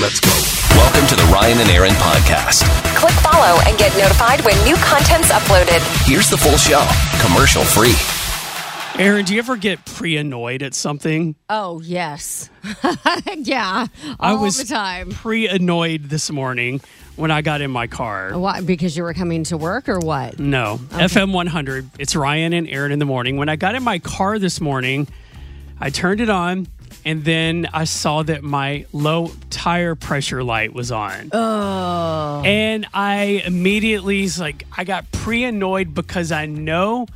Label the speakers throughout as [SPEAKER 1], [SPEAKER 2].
[SPEAKER 1] Let's go. Welcome to the Ryan and Aaron podcast.
[SPEAKER 2] Click follow and get notified when new content's uploaded.
[SPEAKER 1] Here's the full show, commercial free.
[SPEAKER 3] Aaron, do you ever get pre annoyed at something?
[SPEAKER 4] Oh yes, yeah,
[SPEAKER 3] I
[SPEAKER 4] all
[SPEAKER 3] was
[SPEAKER 4] the time.
[SPEAKER 3] Pre annoyed this morning when I got in my car.
[SPEAKER 4] Why? Because you were coming to work or what?
[SPEAKER 3] No,
[SPEAKER 4] Oh, Okay.
[SPEAKER 3] FM 100. It's Ryan and Aaron in the morning. When I got in my car this morning, I turned it on and then I saw that my low tire pressure light was on.
[SPEAKER 4] Oh,
[SPEAKER 3] And I immediately was like I got pre annoyed because I know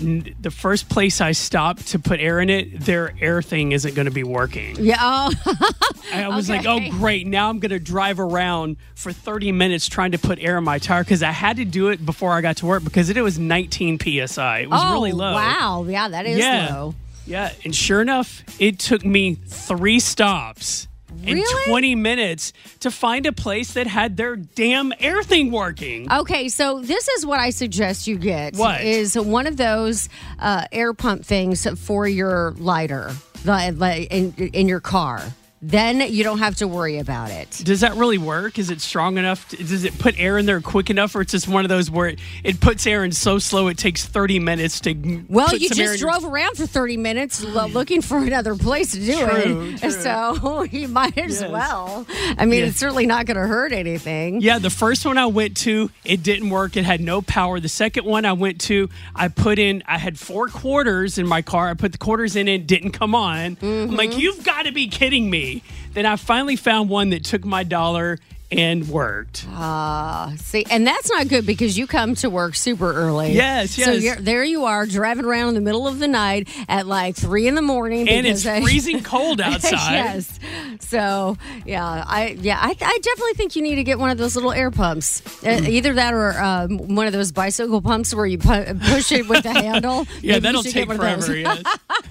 [SPEAKER 3] n- the first place I stopped to put air in it, their air thing isn't going to be working.
[SPEAKER 4] yeah. Oh,
[SPEAKER 3] I was like, oh, great. Now I'm going to drive around for 30 minutes trying to put air in my tire because I had to do it before I got to work because it, was 19 psi. It was
[SPEAKER 4] oh,
[SPEAKER 3] really low.
[SPEAKER 4] Wow, yeah, that is
[SPEAKER 3] Yeah.
[SPEAKER 4] low.
[SPEAKER 3] Yeah. And sure enough, it took me three stops
[SPEAKER 4] Really?
[SPEAKER 3] and 20 minutes to find a place that had their damn air thing working.
[SPEAKER 4] Okay, so this is what I suggest you get.
[SPEAKER 3] What?
[SPEAKER 4] is one of those uh, air pump things for your lighter li- li- in, in your car? Then you don't have to worry about it.
[SPEAKER 3] Does that really work? Is it strong enough? To, does it put air in there quick enough, or it's just one of those where it, it puts air in so slow it takes thirty minutes to? m-
[SPEAKER 4] Well,
[SPEAKER 3] put
[SPEAKER 4] you
[SPEAKER 3] some air
[SPEAKER 4] just
[SPEAKER 3] in your-
[SPEAKER 4] drove around for 30 minutes lo- looking for another place to do
[SPEAKER 3] True,
[SPEAKER 4] it.
[SPEAKER 3] true.
[SPEAKER 4] So you might as
[SPEAKER 3] Yes.
[SPEAKER 4] well. I mean,
[SPEAKER 3] Yeah.
[SPEAKER 4] it's certainly not going to hurt anything.
[SPEAKER 3] Yeah, the first one I went to, it didn't work. It had no power. The second one I went to, I put in, I had four quarters in my car. I put the quarters in, it didn't come on. I'm
[SPEAKER 4] Mm-hmm.
[SPEAKER 3] like, you've got to be kidding me. Then I finally found one that took my dollar and worked.
[SPEAKER 4] Ah, See, and that's not good because you come to work super early.
[SPEAKER 3] Yes,
[SPEAKER 4] So
[SPEAKER 3] yes.
[SPEAKER 4] you're, there you are driving around in the middle of the night at like three in the morning.
[SPEAKER 3] and it's
[SPEAKER 4] because-
[SPEAKER 3] freezing cold outside.
[SPEAKER 4] yes. So yeah, I yeah I, I definitely think you need to get one of those little air pumps, Uh, either that or um, one of those bicycle pumps where you pu- push it with the handle.
[SPEAKER 3] Yeah,
[SPEAKER 4] Maybe you
[SPEAKER 3] that'll
[SPEAKER 4] should
[SPEAKER 3] take
[SPEAKER 4] get one of those.
[SPEAKER 3] forever.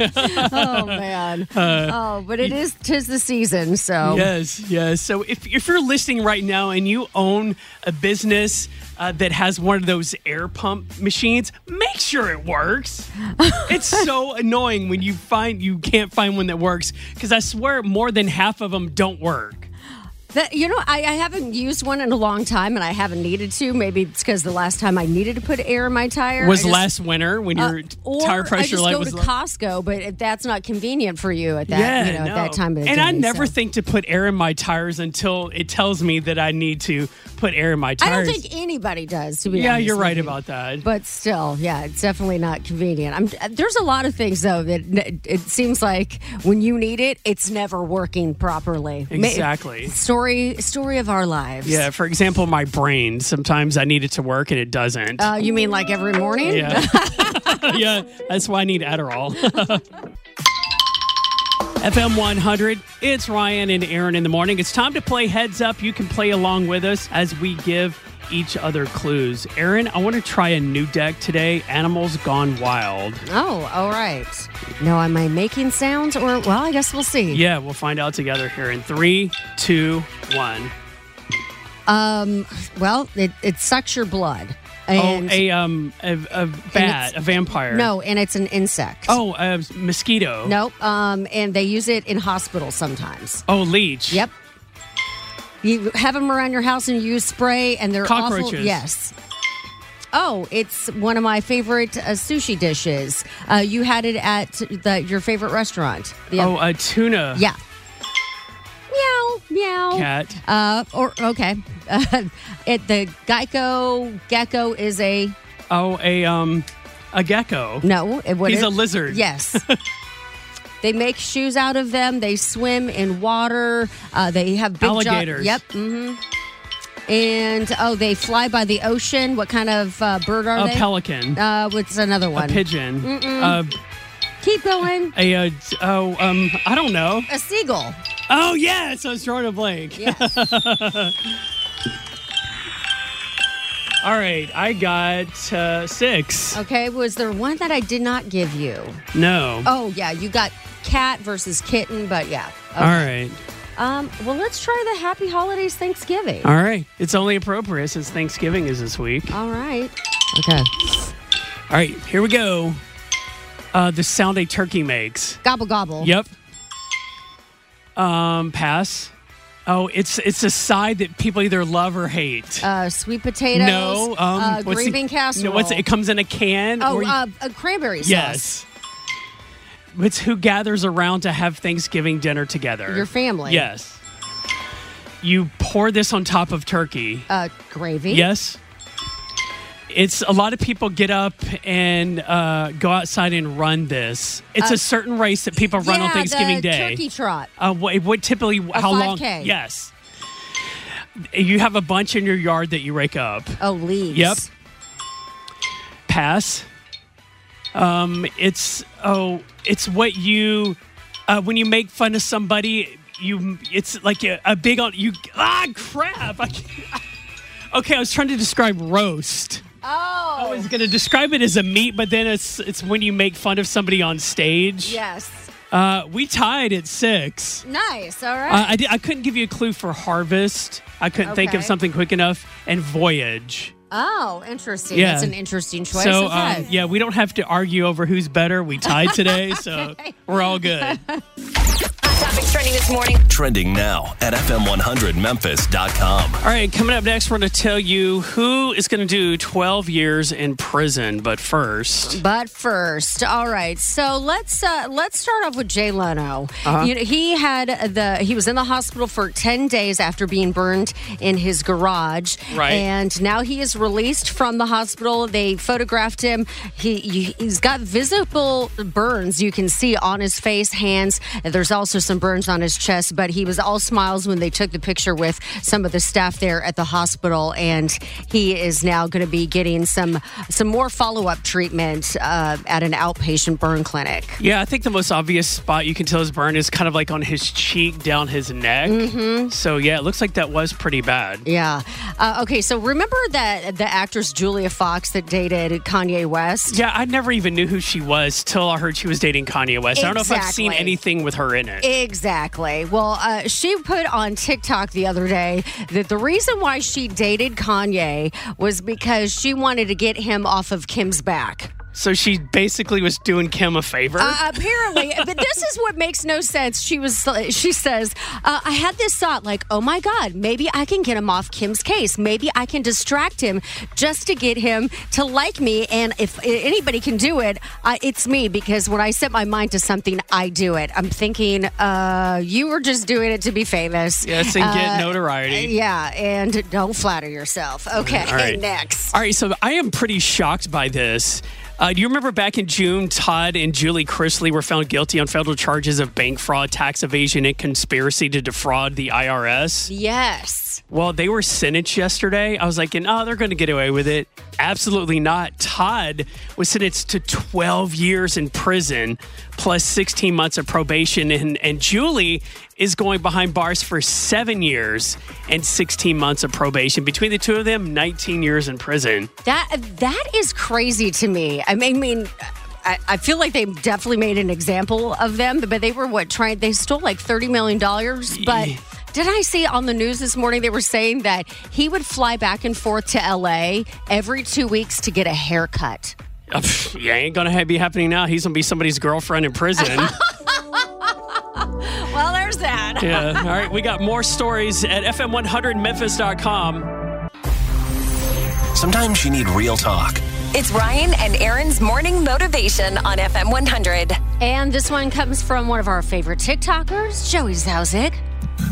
[SPEAKER 3] Yes.
[SPEAKER 4] oh man.
[SPEAKER 3] Uh,
[SPEAKER 4] oh, but it is tis the season, so
[SPEAKER 3] Yes, yes. So if, if you're listening right now and you own a business uh, that has one of those air pump machines, make sure it works. it's so annoying when you find you can't find one that works because I swear more than half of them don't work.
[SPEAKER 4] that, you know, I, I haven't used one in a long time, and I haven't needed to. Maybe it's because the last time I needed to put air in my tire
[SPEAKER 3] Was
[SPEAKER 4] I just- Uh,
[SPEAKER 3] last winter when your
[SPEAKER 4] or
[SPEAKER 3] tire pressure
[SPEAKER 4] I just
[SPEAKER 3] light
[SPEAKER 4] go
[SPEAKER 3] was
[SPEAKER 4] to
[SPEAKER 3] low.
[SPEAKER 4] Costco, but if that's not convenient for you at that
[SPEAKER 3] yeah,
[SPEAKER 4] you know
[SPEAKER 3] no.
[SPEAKER 4] at that time of the
[SPEAKER 3] and
[SPEAKER 4] day.
[SPEAKER 3] I never
[SPEAKER 4] so.
[SPEAKER 3] think to put air in my tires until it tells me that I need to put air in my
[SPEAKER 4] I
[SPEAKER 3] tires.
[SPEAKER 4] don't think anybody does. To be
[SPEAKER 3] yeah,
[SPEAKER 4] honest
[SPEAKER 3] you're
[SPEAKER 4] with
[SPEAKER 3] right
[SPEAKER 4] you.
[SPEAKER 3] about that.
[SPEAKER 4] But still, yeah, it's definitely not convenient. I'm, uh, there's a lot of things though that it seems like when you need it, it's never working properly. Ma-
[SPEAKER 3] Exactly.
[SPEAKER 4] Story story of our lives.
[SPEAKER 3] Yeah, for example, my brain. Sometimes I need it to work and it doesn't.
[SPEAKER 4] Uh, you mean like every morning?
[SPEAKER 3] yeah. yeah, that's why I need Adderall. FM 100, it's Ryan and Aaron in the morning. It's time to play Heads Up. You can play along with us as we give each other clues. Aaron, I want to try a new deck today Animals Gone Wild.
[SPEAKER 4] Oh, all right. Now, am I making sounds or, well, I guess we'll see.
[SPEAKER 3] Yeah, we'll find out together here in three, two, one.
[SPEAKER 4] Um, well, it, it sucks your blood.
[SPEAKER 3] Oh,
[SPEAKER 4] And,
[SPEAKER 3] a, um, a, a bat,
[SPEAKER 4] it's-
[SPEAKER 3] a vampire.
[SPEAKER 4] no, and it's an insect.
[SPEAKER 3] Oh, a mosquito.
[SPEAKER 4] Nope. Um, and they use it in hospitals sometimes.
[SPEAKER 3] Oh, leech.
[SPEAKER 4] Yep. You have them around your house and you use spray, and they're awful.
[SPEAKER 3] Cockroaches.
[SPEAKER 4] Yes. Oh, it's one of my favorite uh, sushi dishes. Uh, you had it at the, your favorite restaurant. The
[SPEAKER 3] Oh, a tuna.
[SPEAKER 4] Yeah. meow.
[SPEAKER 3] uh, Cat.
[SPEAKER 4] Uh, or okay, uh, at the Geico gecko is a
[SPEAKER 3] Oh, a um, a gecko.
[SPEAKER 4] No, it what
[SPEAKER 3] He's
[SPEAKER 4] is-
[SPEAKER 3] a lizard.
[SPEAKER 4] Yes. They make shoes out of them. They swim in water. Uh, they have big jaw-
[SPEAKER 3] Alligators.
[SPEAKER 4] Yep. hmm And oh, they fly by the ocean. What kind of uh, bird are
[SPEAKER 3] A
[SPEAKER 4] they?
[SPEAKER 3] pelican.
[SPEAKER 4] Uh, what's another one?
[SPEAKER 3] pigeon.
[SPEAKER 4] Mm-mm.
[SPEAKER 3] Uh,
[SPEAKER 4] Keep going.
[SPEAKER 3] a uh, t- oh um, I don't know.
[SPEAKER 4] A seagull.
[SPEAKER 3] Oh yes, I was drawing a blank. All right, I got uh, six.
[SPEAKER 4] Okay. Was there one that I did not give you?
[SPEAKER 3] No.
[SPEAKER 4] Oh yeah, you got cat versus kitten. But yeah. Okay.
[SPEAKER 3] All right.
[SPEAKER 4] Um. Well, let's try the Happy Holidays Thanksgiving.
[SPEAKER 3] All right. It's only appropriate since Thanksgiving is this week.
[SPEAKER 4] All right.
[SPEAKER 3] Okay. All right, here we go. Uh, the sound a turkey makes.
[SPEAKER 4] Gobble gobble.
[SPEAKER 3] Yep. Um, pass. Oh, it's it's a side that people either love or hate.
[SPEAKER 4] Uh, sweet potatoes.
[SPEAKER 3] no, um,
[SPEAKER 4] uh,
[SPEAKER 3] what's
[SPEAKER 4] green
[SPEAKER 3] the-
[SPEAKER 4] bean
[SPEAKER 3] no,
[SPEAKER 4] casserole.
[SPEAKER 3] what's it? It comes in a can.
[SPEAKER 4] Oh,
[SPEAKER 3] or you-
[SPEAKER 4] uh, a cranberry sauce.
[SPEAKER 3] yes. It's who gathers around to have Thanksgiving dinner together.
[SPEAKER 4] Your family.
[SPEAKER 3] Yes. You pour this on top of turkey.
[SPEAKER 4] Uh, gravy.
[SPEAKER 3] Yes. It's a lot of people get up and uh, go outside and run this. It's
[SPEAKER 4] Uh,
[SPEAKER 3] a certain race that people run on
[SPEAKER 4] Yeah,
[SPEAKER 3] Thanksgiving
[SPEAKER 4] the
[SPEAKER 3] Day.
[SPEAKER 4] Turkey trot.
[SPEAKER 3] Uh, what, what typically how long?
[SPEAKER 4] 5K.
[SPEAKER 3] Yes. You have a bunch in your yard that you rake up.
[SPEAKER 4] Oh, leaves.
[SPEAKER 3] Yep. Pass. Um, it's oh, it's what you uh, when you make fun of somebody. You, it's like a, a big on you. Ah, crap! I can't, okay, I was trying to describe roast.
[SPEAKER 4] Oh.
[SPEAKER 3] I was gonna describe it as a meat, but then it's it's when you make fun of somebody on stage.
[SPEAKER 4] Yes.
[SPEAKER 3] Uh, we tied at six.
[SPEAKER 4] Nice. All
[SPEAKER 3] Uh,
[SPEAKER 4] right.
[SPEAKER 3] I, di- I couldn't give you a clue for harvest. I couldn't think of
[SPEAKER 4] Okay.
[SPEAKER 3] something quick enough. And voyage.
[SPEAKER 4] oh, interesting.
[SPEAKER 3] Yeah.
[SPEAKER 4] That's an interesting choice.
[SPEAKER 3] So,
[SPEAKER 4] okay.
[SPEAKER 3] um, yeah, we don't have to argue over who's better. We tied today, so we're all good.
[SPEAKER 2] Topics trending this morning.
[SPEAKER 5] Trending now at FM100Memphis.com.
[SPEAKER 3] All right, coming up next, we're going to tell you who is going to do 12 years in prison. But first,
[SPEAKER 4] But first, all right. So let's uh, let's start off with Jay Leno.
[SPEAKER 3] Uh-huh.
[SPEAKER 4] You know, he had the he was in the hospital for ten days after being burned in his garage,
[SPEAKER 6] Right.
[SPEAKER 4] And now he is released from the hospital. They photographed him. He you- he's got visible burns you can see on his face, hands. And there's also some burns on his chest. But he was all smiles when they took the picture with some of the staff there at the hospital, and he is now going to be getting some some more follow up treatment uh, at an outpatient burn clinic.
[SPEAKER 3] yeah, I think the most obvious spot you can tell is burn is kind of like on his cheek, down his neck. So, yeah, it looks like that was pretty bad.
[SPEAKER 4] Mm-hmm. Yeah. Uh, okay. So remember that the actress Julia Fox that dated Kanye West.
[SPEAKER 3] Yeah, I never even knew who she was till I heard she was dating Kanye West. I don't know if I've seen
[SPEAKER 4] Exactly.
[SPEAKER 3] anything with her in it.
[SPEAKER 4] Exactly. Well, uh, she put on TikTok the other day that the reason why she dated Kanye was because she wanted to get him off of Kim's back.
[SPEAKER 3] So she basically was doing Kim a favor.
[SPEAKER 4] Uh, apparently, but this is what makes no sense. She was, she says, uh, I had this thought, like, oh my god, maybe I can get him off Kim's case. Maybe I can distract him just to get him to like me. And if anybody can do it, uh, it's me because when I set my mind to something, I do it. I'm thinking, uh, you were just doing it to be famous.
[SPEAKER 3] yes, and
[SPEAKER 4] Uh,
[SPEAKER 3] get notoriety.
[SPEAKER 4] Yeah, and don't flatter yourself. Okay,
[SPEAKER 3] All right.
[SPEAKER 4] next.
[SPEAKER 3] All right, so I am pretty shocked by this. Uh, do you remember back in June, Todd and Julie Chrisley were found guilty on federal charges of bank fraud, tax evasion, and conspiracy to defraud the IRS?
[SPEAKER 4] Yes.
[SPEAKER 3] Well, they were sentenced yesterday. I was like, and oh, they're going to get away with it. Absolutely not. Todd was sentenced to 12 years in prison plus 16 months of probation. And, and Julie is going behind bars for seven years and 16 months of probation. Between the two of them, 19 years in prison.
[SPEAKER 4] That that is crazy to me. I mean, I mean, I, I feel like they definitely made an example of them, but they were what trying. They stole like thirty million dollars, but. Did I see um, on the news this morning they were saying that he would fly back and forth to LA every two weeks to get a haircut?
[SPEAKER 3] Uh, pff, yeah, ain't going to be happening now. He's going to be somebody's girlfriend in prison.
[SPEAKER 4] Well, there's that.
[SPEAKER 3] yeah. All right. We got more stories at fm100memphis.com.
[SPEAKER 5] Sometimes you need real talk.
[SPEAKER 2] It's Ryan and Aaron's morning motivation on FM 100.
[SPEAKER 4] And this one comes from one of our favorite TikTokers, Joey Zauzik.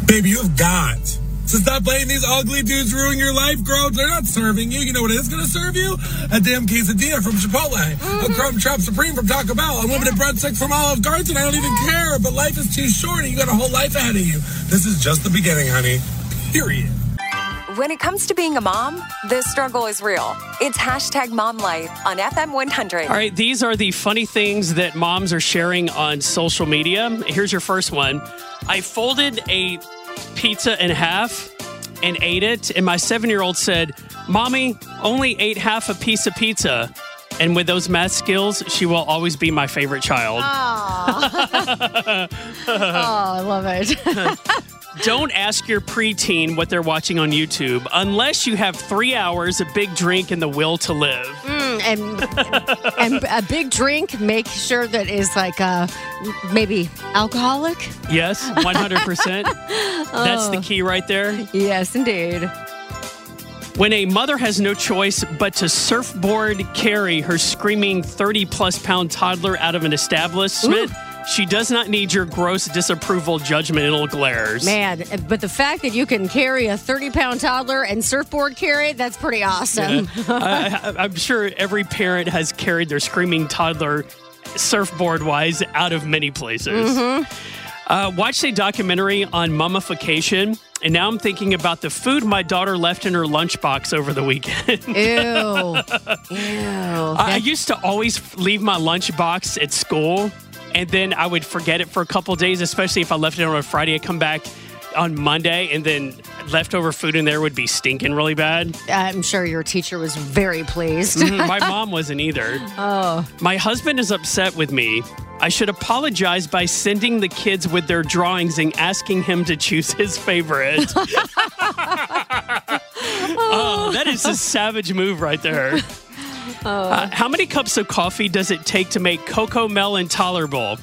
[SPEAKER 6] Baby, you've got to stop letting these ugly dudes ruin your life, girl. They're not serving you. You know what is going to serve you? A damn quesadilla from Chipotle, a crumb chop supreme from Taco Bell, unlimited breadsticks from Olive Garden. I don't even care, but life is too short and you got a whole life ahead of you. This is just the beginning, honey. Period.
[SPEAKER 2] When it comes to being a mom, the struggle is real. It's hashtag mom life on FM 100.
[SPEAKER 3] All right, these are the funny things that moms are sharing on social media. Here's your first one. I folded a pizza in half and ate it, and my seven year old said, Mommy, only ate half a piece of pizza. And with those math skills, she will always be my favorite child.
[SPEAKER 4] oh, I love it.
[SPEAKER 3] Don't ask your preteen what they're watching on YouTube unless you have three hours, a big drink, and the will to live.
[SPEAKER 4] Mm, and, and a big drink, make sure that is like uh, maybe alcoholic.
[SPEAKER 3] Yes, 100%. That's the key right there.
[SPEAKER 4] Oh. Yes, indeed.
[SPEAKER 3] When a mother has no choice but to surfboard carry her screaming 30 plus pound toddler out of an establishment, she does not need your gross disapproval judgmental glares.
[SPEAKER 4] Man, but the fact that you can carry a 30 pound toddler and surfboard carry, that's pretty awesome.
[SPEAKER 3] I, I- I'm sure every parent has carried their screaming toddler surfboard wise out of many places.
[SPEAKER 4] Mhm.
[SPEAKER 3] Uh, watched a documentary on mummification, and now I'm thinking about the food my daughter left in her lunchbox over the weekend.
[SPEAKER 4] Ew.
[SPEAKER 3] I, I used to always f- leave my lunchbox at school, and then I would forget it for a couple days, especially if I left it on a Friday. I'd come back on Monday, and then leftover food in there would be stinking really bad.
[SPEAKER 4] I'm sure your teacher was very pleased.
[SPEAKER 3] Mhm, my mom wasn't either.
[SPEAKER 4] Oh.
[SPEAKER 3] My husband is upset with me. I should apologize by sending the kids with their drawings and asking him to choose his favorite. oh, that is a savage move right there. Uh, how many cups of coffee does it take to make cocoa melon tolerable?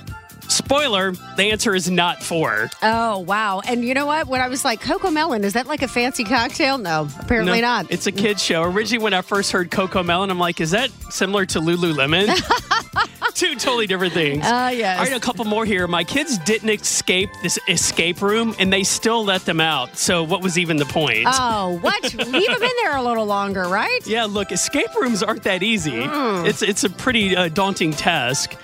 [SPEAKER 3] Spoiler, the answer is not four.
[SPEAKER 4] Oh, wow. And you know what? When I was like, Coco Melon, is that like a fancy cocktail? No, apparently
[SPEAKER 3] No,
[SPEAKER 4] not.
[SPEAKER 3] It's a kid's show. Originally, when I first heard Coco Melon, I'm like, is that similar to Lululemon? Two totally different things.
[SPEAKER 4] Ah, yes.
[SPEAKER 3] All right, a couple more here. My kids didn't escape this escape room, and they still let them out. So, what was even the point?
[SPEAKER 4] Oh, what? Leave him in there a little longer, right?
[SPEAKER 3] Yeah, look, escape rooms aren't that easy.
[SPEAKER 4] Mm.
[SPEAKER 3] It's it's a pretty uh, daunting task.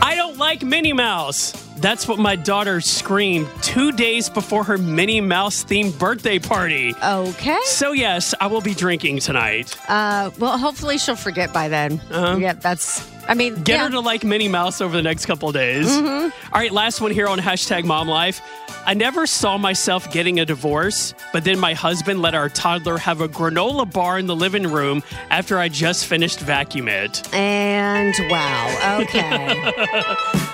[SPEAKER 3] I don't like Minnie Mouse. That's what my daughter screamed two days before her Minnie Mouse themed birthday party.
[SPEAKER 4] Okay.
[SPEAKER 3] So yes, I will be drinking tonight.
[SPEAKER 4] Uh, well, hopefully she'll forget by then.
[SPEAKER 3] Uh-huh.
[SPEAKER 4] Yeah, that's. I mean,
[SPEAKER 3] Get
[SPEAKER 4] yeah.
[SPEAKER 3] her to like Minnie Mouse over the next couple days.
[SPEAKER 4] Mhm.
[SPEAKER 3] All right, last one here on hashtag mom life. I never saw myself getting a divorce, but then my husband let our toddler have a granola bar in the living room after I just finished vacuum it.
[SPEAKER 4] And wow, okay.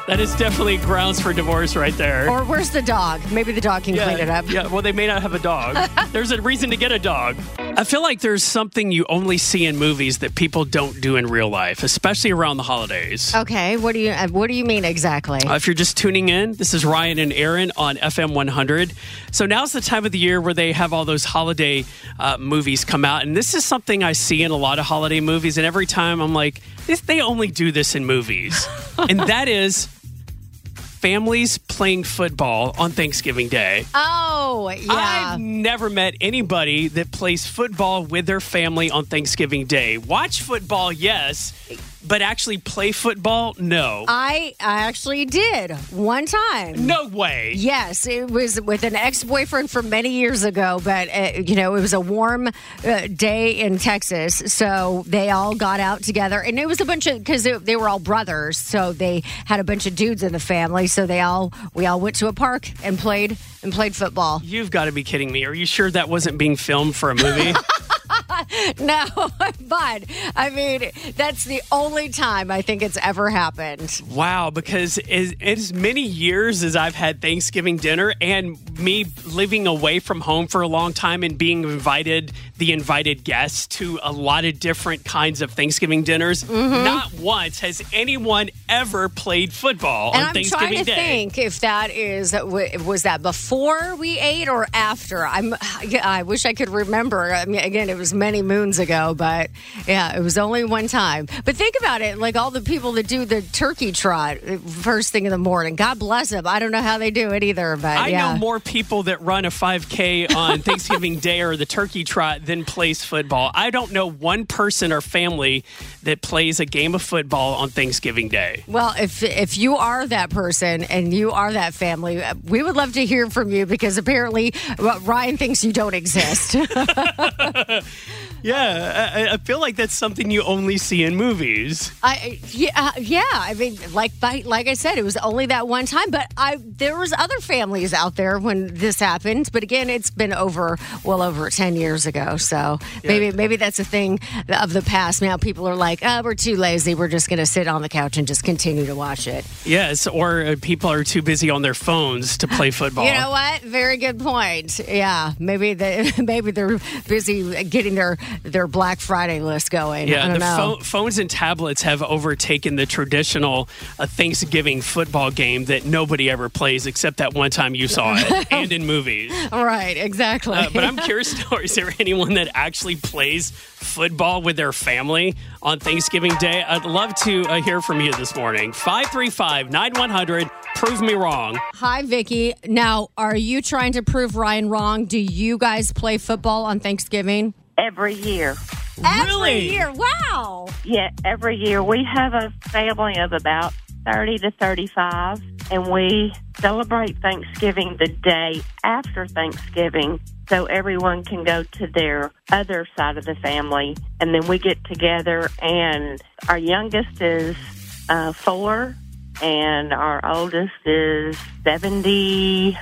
[SPEAKER 3] That is definitely grounds for divorce right there.
[SPEAKER 4] or where's the dog? Maybe the dog can
[SPEAKER 3] yeah,
[SPEAKER 4] clean it up.
[SPEAKER 3] yeah, well, they may not have a dog. there's a reason to get a dog. I feel like there's something you only see in movies that people don't do in real life, especially around the holidays.
[SPEAKER 4] Okay, what do you uh, what do you mean exactly?
[SPEAKER 3] Uh, if you're just tuning in, this is Ryan and Aaron on FM 100. So now's the time of the year where they have all those holiday uh, movies come out, and this is something I see in a lot of holiday movies. And every time I'm like, this, they only do this in movies, and that is families playing football on Thanksgiving Day.
[SPEAKER 4] oh, yeah.
[SPEAKER 3] I've never met anybody that plays football with their family on Thanksgiving Day. Watch football, yes, but actually play football, no.
[SPEAKER 4] I I actually did one time.
[SPEAKER 3] No way.
[SPEAKER 4] Yes, it was with an ex-boyfriend from many years ago, but uh, you know it was a warm uh, day in Texas, so they all got out together, and it was a bunch of because they were all brothers, so they had a bunch of dudes in the family, so they all we all went to a park and played and played football.
[SPEAKER 3] You've got to be kidding me. Are you sure that wasn't being filmed for a movie?
[SPEAKER 4] No, but I mean that's the only time I think it's ever happened.
[SPEAKER 3] wow, because as, as many years as I've had Thanksgiving dinner and me living away from home for a long time and being invited, the invited guest to a lot of different kinds of Thanksgiving dinners,
[SPEAKER 4] Mm-hmm.
[SPEAKER 3] not once has anyone ever played football
[SPEAKER 4] And
[SPEAKER 3] on
[SPEAKER 4] I'm
[SPEAKER 3] Thanksgiving
[SPEAKER 4] trying to
[SPEAKER 3] Day.
[SPEAKER 4] think if that is was that before we ate or after. I'm I wish I could remember. I mean, again, it was
[SPEAKER 7] many moons ago, but yeah, it was only one time. But think about it like all the people that do the turkey trot uh, first thing in the morning. God bless them. I don't know how they do it either, but
[SPEAKER 3] I
[SPEAKER 7] Uh, yeah.
[SPEAKER 3] know more people that run a 5K on Thanksgiving Day or the turkey trot than plays football. I don't know one person or family that plays a game of football on Thanksgiving Day.
[SPEAKER 7] Well, if if you are that person and you are that family, we would love to hear from you because apparently well, Ryan thinks you don't exist.
[SPEAKER 3] Yeah, I, I- I feel like that's something you only see in movies.
[SPEAKER 7] I
[SPEAKER 4] uh,
[SPEAKER 7] yeah yeah. I mean, like by, like I said, it was only that one time. But I there was other families out there when this happened. But again, it's been over well over ten years ago. So maybe maybe that's a thing of the past. Now people are like, oh, we're too lazy. We're just going to sit on the couch and just continue to watch it.
[SPEAKER 3] Yes, or uh, people are too busy on their phones to play football.
[SPEAKER 7] You know what? Uh, Very good point. Yeah, maybe they maybe they're busy getting their their Black Friday list going. I
[SPEAKER 3] Yeah,
[SPEAKER 7] don't
[SPEAKER 3] the
[SPEAKER 7] know.
[SPEAKER 3] pho- phones and tablets have overtaken the traditional uh, Thanksgiving football game that nobody ever plays except that one time you saw it and in movies.
[SPEAKER 7] All right, exactly.
[SPEAKER 3] Uh, but I'm curious to know, is there anyone that actually plays football with their family on Thanksgiving Day? I'd love to uh, hear from you this morning. 535 9100, prove me wrong.
[SPEAKER 7] Hi, Vicky. Now, are you trying to prove Ryan wrong? Do you guys play football on Thanksgiving?
[SPEAKER 8] Every year.
[SPEAKER 7] Every
[SPEAKER 8] Really?
[SPEAKER 7] year. Wow.
[SPEAKER 8] Yeah, every year. We have a family of about 30 to 35, and we celebrate Thanksgiving the day after Thanksgiving so everyone can go to their other side of the family. And then we get together, and our youngest is uh, four, and our oldest is 70,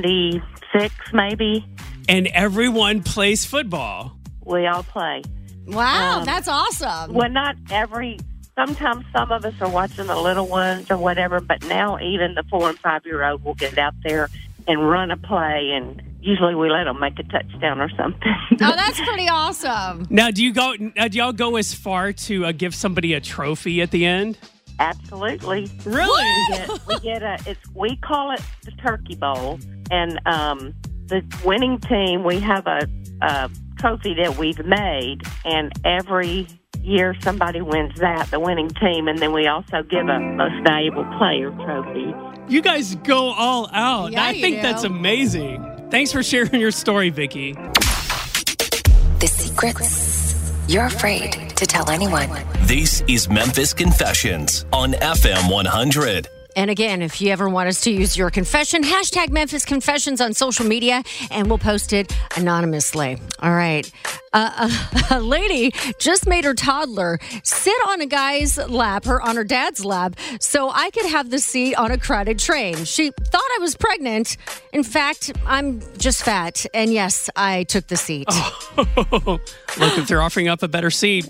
[SPEAKER 8] 76, maybe.
[SPEAKER 3] And everyone plays football.
[SPEAKER 8] We all play.
[SPEAKER 7] Wow,
[SPEAKER 8] Um,
[SPEAKER 7] that's awesome.
[SPEAKER 8] Well, not every. Sometimes some of us are watching the little ones or whatever, but now even the four and five year old will get out there and run a play, and usually we let them make a touchdown or something.
[SPEAKER 7] oh, that's pretty awesome.
[SPEAKER 3] Now, do you go? Now, do y'all go as far to uh, give somebody a trophy at the end?
[SPEAKER 8] Absolutely.
[SPEAKER 3] Really?
[SPEAKER 8] We get, we get a. It's we call it the Turkey Bowl, and um, the winning team we have a, a trophy that we've made, and every year somebody wins that the winning team, and then we also give a most valuable player trophy.
[SPEAKER 3] You guys go all out.
[SPEAKER 8] Yeah,
[SPEAKER 3] I
[SPEAKER 8] you
[SPEAKER 3] think
[SPEAKER 8] do.
[SPEAKER 3] that's amazing. Thanks for sharing your story, Vicky.
[SPEAKER 4] The secrets you're afraid to tell anyone.
[SPEAKER 1] This is Memphis Confessions on FM 100.
[SPEAKER 7] And again, if you ever want us to use your confession, hashtag Memphis Confessions on social media, and we'll post it anonymously. All right. Uh, a, a lady just made her toddler sit on a guy's lap, her on her dad's lap, so I could have the seat on a crowded train. She thought I was pregnant. In fact, I'm just fat. And yes, I took the seat.
[SPEAKER 3] Look, if they're offering up a better seat,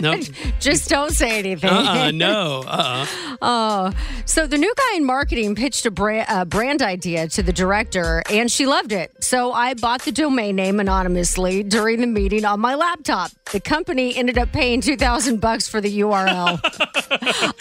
[SPEAKER 3] no,
[SPEAKER 7] Just don't say anything.
[SPEAKER 3] uh-uh, no, uh-uh.
[SPEAKER 7] Oh, so the new guy in marketing pitched a brand, uh, brand idea to the director, and she loved it. So I bought the domain name anonymously during the meeting on my laptop. The company ended up paying two thousand bucks for the URL.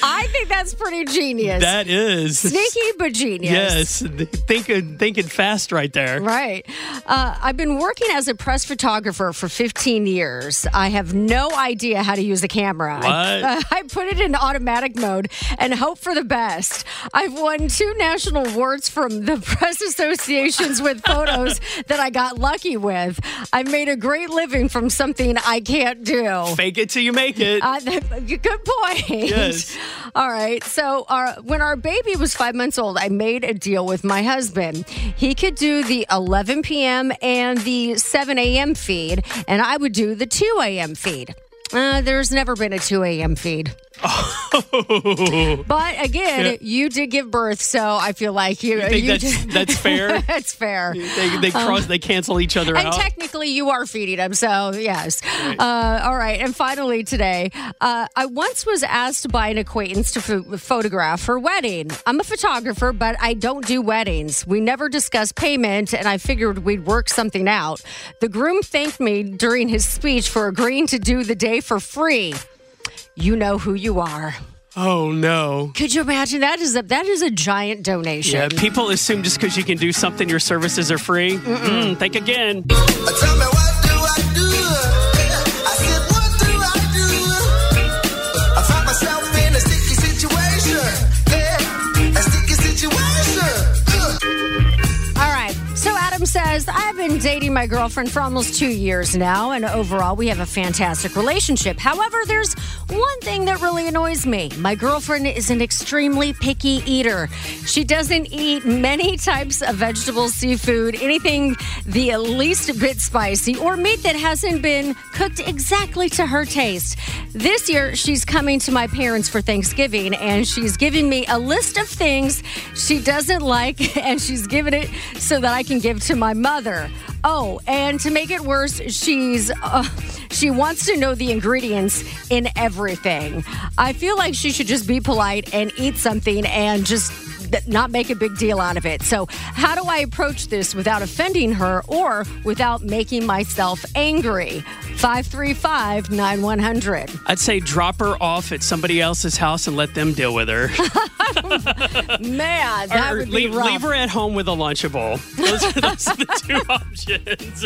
[SPEAKER 7] I think that's pretty genius.
[SPEAKER 3] That is
[SPEAKER 7] sneaky but genius.
[SPEAKER 3] Yes, thinking thinking fast right there.
[SPEAKER 7] Right. Uh, I've been working as a press photographer for 15 years. I have no idea how to use a camera. I,
[SPEAKER 3] What?
[SPEAKER 7] I put it in automatic mode and hope for the best. I've won two national awards from the press associations with photos that I got lucky with. I've made a great living from something I can't do.
[SPEAKER 3] Fake it till you make it.
[SPEAKER 7] Uh, that- good point.
[SPEAKER 3] Yes.
[SPEAKER 7] All right. So, our, when our baby was five months old, I made a deal with my husband. He could do the 11 p.m. and the 7 a.m. feed, and I would do the 2 a.m. feed. Uh, there's never been a 2 a.m. feed. But again,
[SPEAKER 3] Yeah.
[SPEAKER 7] you did give birth, so I feel like you.
[SPEAKER 3] You think
[SPEAKER 7] you
[SPEAKER 3] that's-
[SPEAKER 7] did-
[SPEAKER 3] that's fair?
[SPEAKER 7] that's fair.
[SPEAKER 3] they they
[SPEAKER 7] Um,
[SPEAKER 3] cross they cancel each other
[SPEAKER 7] and
[SPEAKER 3] out.
[SPEAKER 7] technically, you are feeding them, so yes. Uh, all right, and finally today, uh, I once was asked by an acquaintance to ph- photograph her wedding. I'm a photographer, but I don't do weddings. We never discuss payment, and I figured we'd work something out. The groom thanked me during his speech for agreeing to do the day for free. You know who you are.
[SPEAKER 3] oh no.
[SPEAKER 7] Could you imagine that is a that is a giant donation.
[SPEAKER 3] Yeah, people assume just because you can do something, your services are free. Mm, think again.
[SPEAKER 9] Tell me what do I do?
[SPEAKER 4] Adam says, I've been dating my girlfriend for almost two years now, and overall, we have a fantastic relationship. However, there's one thing that really annoys me. My girlfriend is an extremely picky eater. She doesn't eat many types of vegetables, seafood, anything the least bit spicy, or meat that hasn't been cooked exactly to her taste. This year, she's coming to my parents for Thanksgiving, and she's giving me a list of things she doesn't like, and she's giving it so that I can give to my mother. Oh, and to make it worse, she's uh, she wants to know the ingredients in everything. I feel like she should just be polite and eat something and just th- not make a big deal out of it. So, how do I approach this without offending her or without making myself angry? 535 9100.
[SPEAKER 3] I'd say drop her off at somebody else's house and let them deal with her.
[SPEAKER 4] Man, that
[SPEAKER 3] Or
[SPEAKER 4] would be
[SPEAKER 3] leave,
[SPEAKER 4] rough.
[SPEAKER 3] leave her at home with a Lunchable. Those are, those are the two options.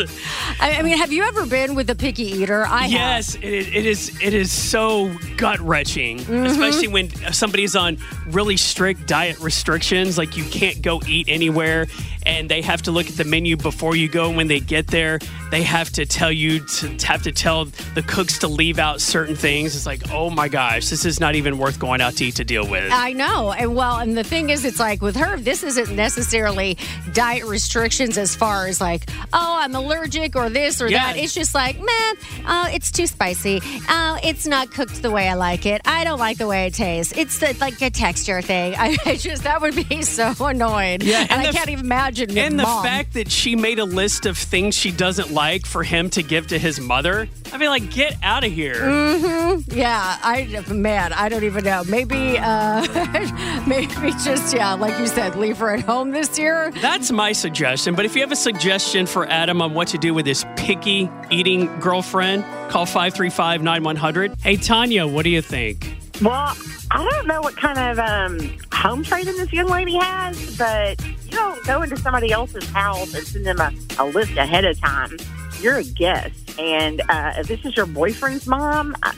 [SPEAKER 4] I, I mean, have you ever been with a picky eater? I have.
[SPEAKER 3] yes, it, it is. It is so gut wrenching,
[SPEAKER 4] Mhm.
[SPEAKER 3] especially when somebody's on really strict diet restrictions. Like you can't go eat anywhere, and they have to look at the menu before you go. And when they get there, they have to tell you to have to tell the cooks to leave out certain things. It's like, oh my gosh, this is not even worth going out to eat to deal with.
[SPEAKER 4] I know. And well, and the thing is, it's like with her, this isn't necessarily diet restrictions as far as like, oh, I'm allergic or this or
[SPEAKER 7] Yeah.
[SPEAKER 4] that. It's just like, man, oh, it's too spicy. Oh, it's not cooked the way I like it. I don't like the way it tastes. It's the, like a texture thing. I, I just, that would be so annoying.
[SPEAKER 3] Yeah,
[SPEAKER 4] And,
[SPEAKER 3] and
[SPEAKER 4] I
[SPEAKER 3] the-
[SPEAKER 4] can't even imagine.
[SPEAKER 3] And the
[SPEAKER 4] mom.
[SPEAKER 3] fact that she made a list of things she doesn't like for him to give to his mother, I mean, like, get out of here.
[SPEAKER 4] Mm-hmm. Yeah, I man, I don't even know. Maybe, uh, maybe just yeah, like you said, leave her at home this year.
[SPEAKER 3] That's my suggestion. But if you have a suggestion for Adam on what to do with his picky eating girlfriend, call 535 9100. Hey, Tanya, what do you think?
[SPEAKER 7] Well, I don't know what kind of um, home training this young lady has, but you don't go into somebody else's house and send them a, a list ahead of time. You're a guest, and uh, if this is your boyfriend's mom, I,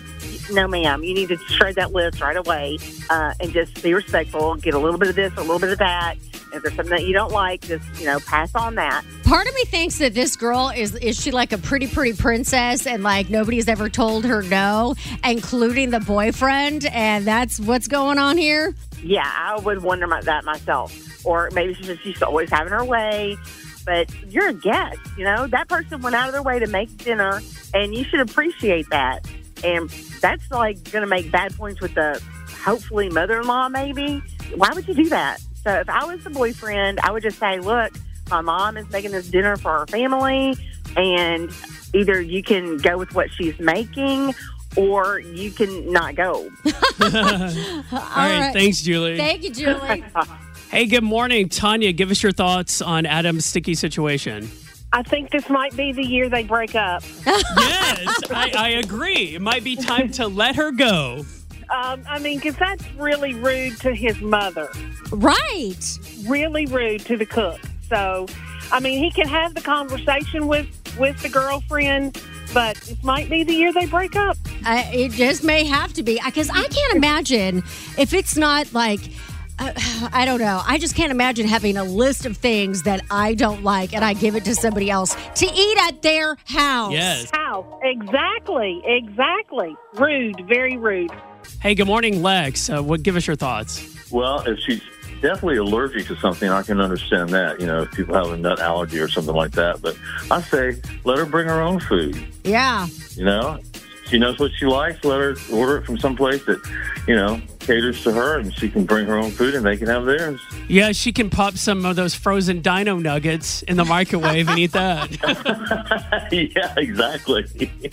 [SPEAKER 7] no, ma'am, you need to shred that list right away uh, and just be respectful. Get a little bit of this, a little bit of that. If there's something that you don't like, just you know, pass on that.
[SPEAKER 4] Part of me thinks that this girl is is she like a pretty pretty princess and like nobody's ever told her no, including the boyfriend, and that's what's going on here.
[SPEAKER 7] Yeah, I would wonder my, that myself. Or maybe she's just she's always having her way. But you're a guest, you know. That person went out of their way to make dinner, and you should appreciate that. And that's like going to make bad points with the hopefully mother-in-law. Maybe why would you do that? So if I was the boyfriend, I would just say, "Look, my mom is making this dinner for our family, and either you can go with what she's making, or you can not go."
[SPEAKER 3] All right, Thanks, Julie.
[SPEAKER 4] Thank you, Julie.
[SPEAKER 3] hey, good morning, Tanya. Give us your thoughts on Adam's sticky situation.
[SPEAKER 10] I think this might be the year they break up.
[SPEAKER 3] yes, I, I agree. It might be time to let her go.
[SPEAKER 10] Um, I mean, because that's really rude to his mother.
[SPEAKER 4] Right.
[SPEAKER 10] Really rude to the cook. So, I mean, he can have the conversation with, with the girlfriend, but this might be the year they break up.
[SPEAKER 4] I, it just may have to be because I can't imagine if it's not like. Uh, I don't know. I just can't imagine having a list of things that I don't like and I give it to somebody else to eat at their house.
[SPEAKER 10] How? Exactly. Exactly. Rude. Very rude.
[SPEAKER 3] Hey, good morning, Lex. Uh, what? Give us your thoughts.
[SPEAKER 11] Well, if she's definitely allergic to something, I can understand that. You know, if people have a nut allergy or something like that. But I say let her bring her own food.
[SPEAKER 4] Yeah.
[SPEAKER 11] You know, she knows what she likes. Let her order it from someplace that you know caters to her, and she can bring her own food, and they can have theirs.
[SPEAKER 3] Yeah, she can pop some of those frozen dino nuggets in the microwave and eat that.
[SPEAKER 11] yeah, exactly.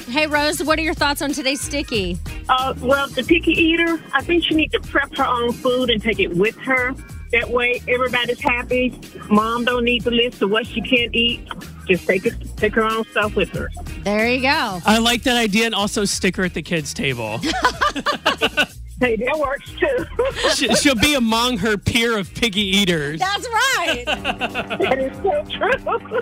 [SPEAKER 4] Hey, Rose, what are your thoughts on today's sticky?
[SPEAKER 12] Uh, well, the picky eater, I think she needs to prep her own food and take it with her. That way, everybody's happy. Mom don't need the list of what she can't eat. Just take it, take her own stuff with her.
[SPEAKER 4] There you go.
[SPEAKER 3] I like that idea and also sticker at the kids' table.
[SPEAKER 12] Hey, that works too.
[SPEAKER 3] She- She'll be among her peer of piggy eaters.
[SPEAKER 4] That's right.
[SPEAKER 12] that is so true.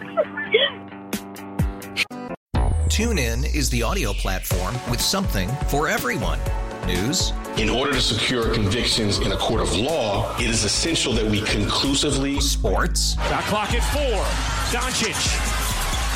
[SPEAKER 1] TuneIn is the audio platform with something for everyone. News.
[SPEAKER 13] In order to secure convictions in a court of law, it is essential that we conclusively.
[SPEAKER 1] Sports.
[SPEAKER 3] Shot clock at four. Doncic.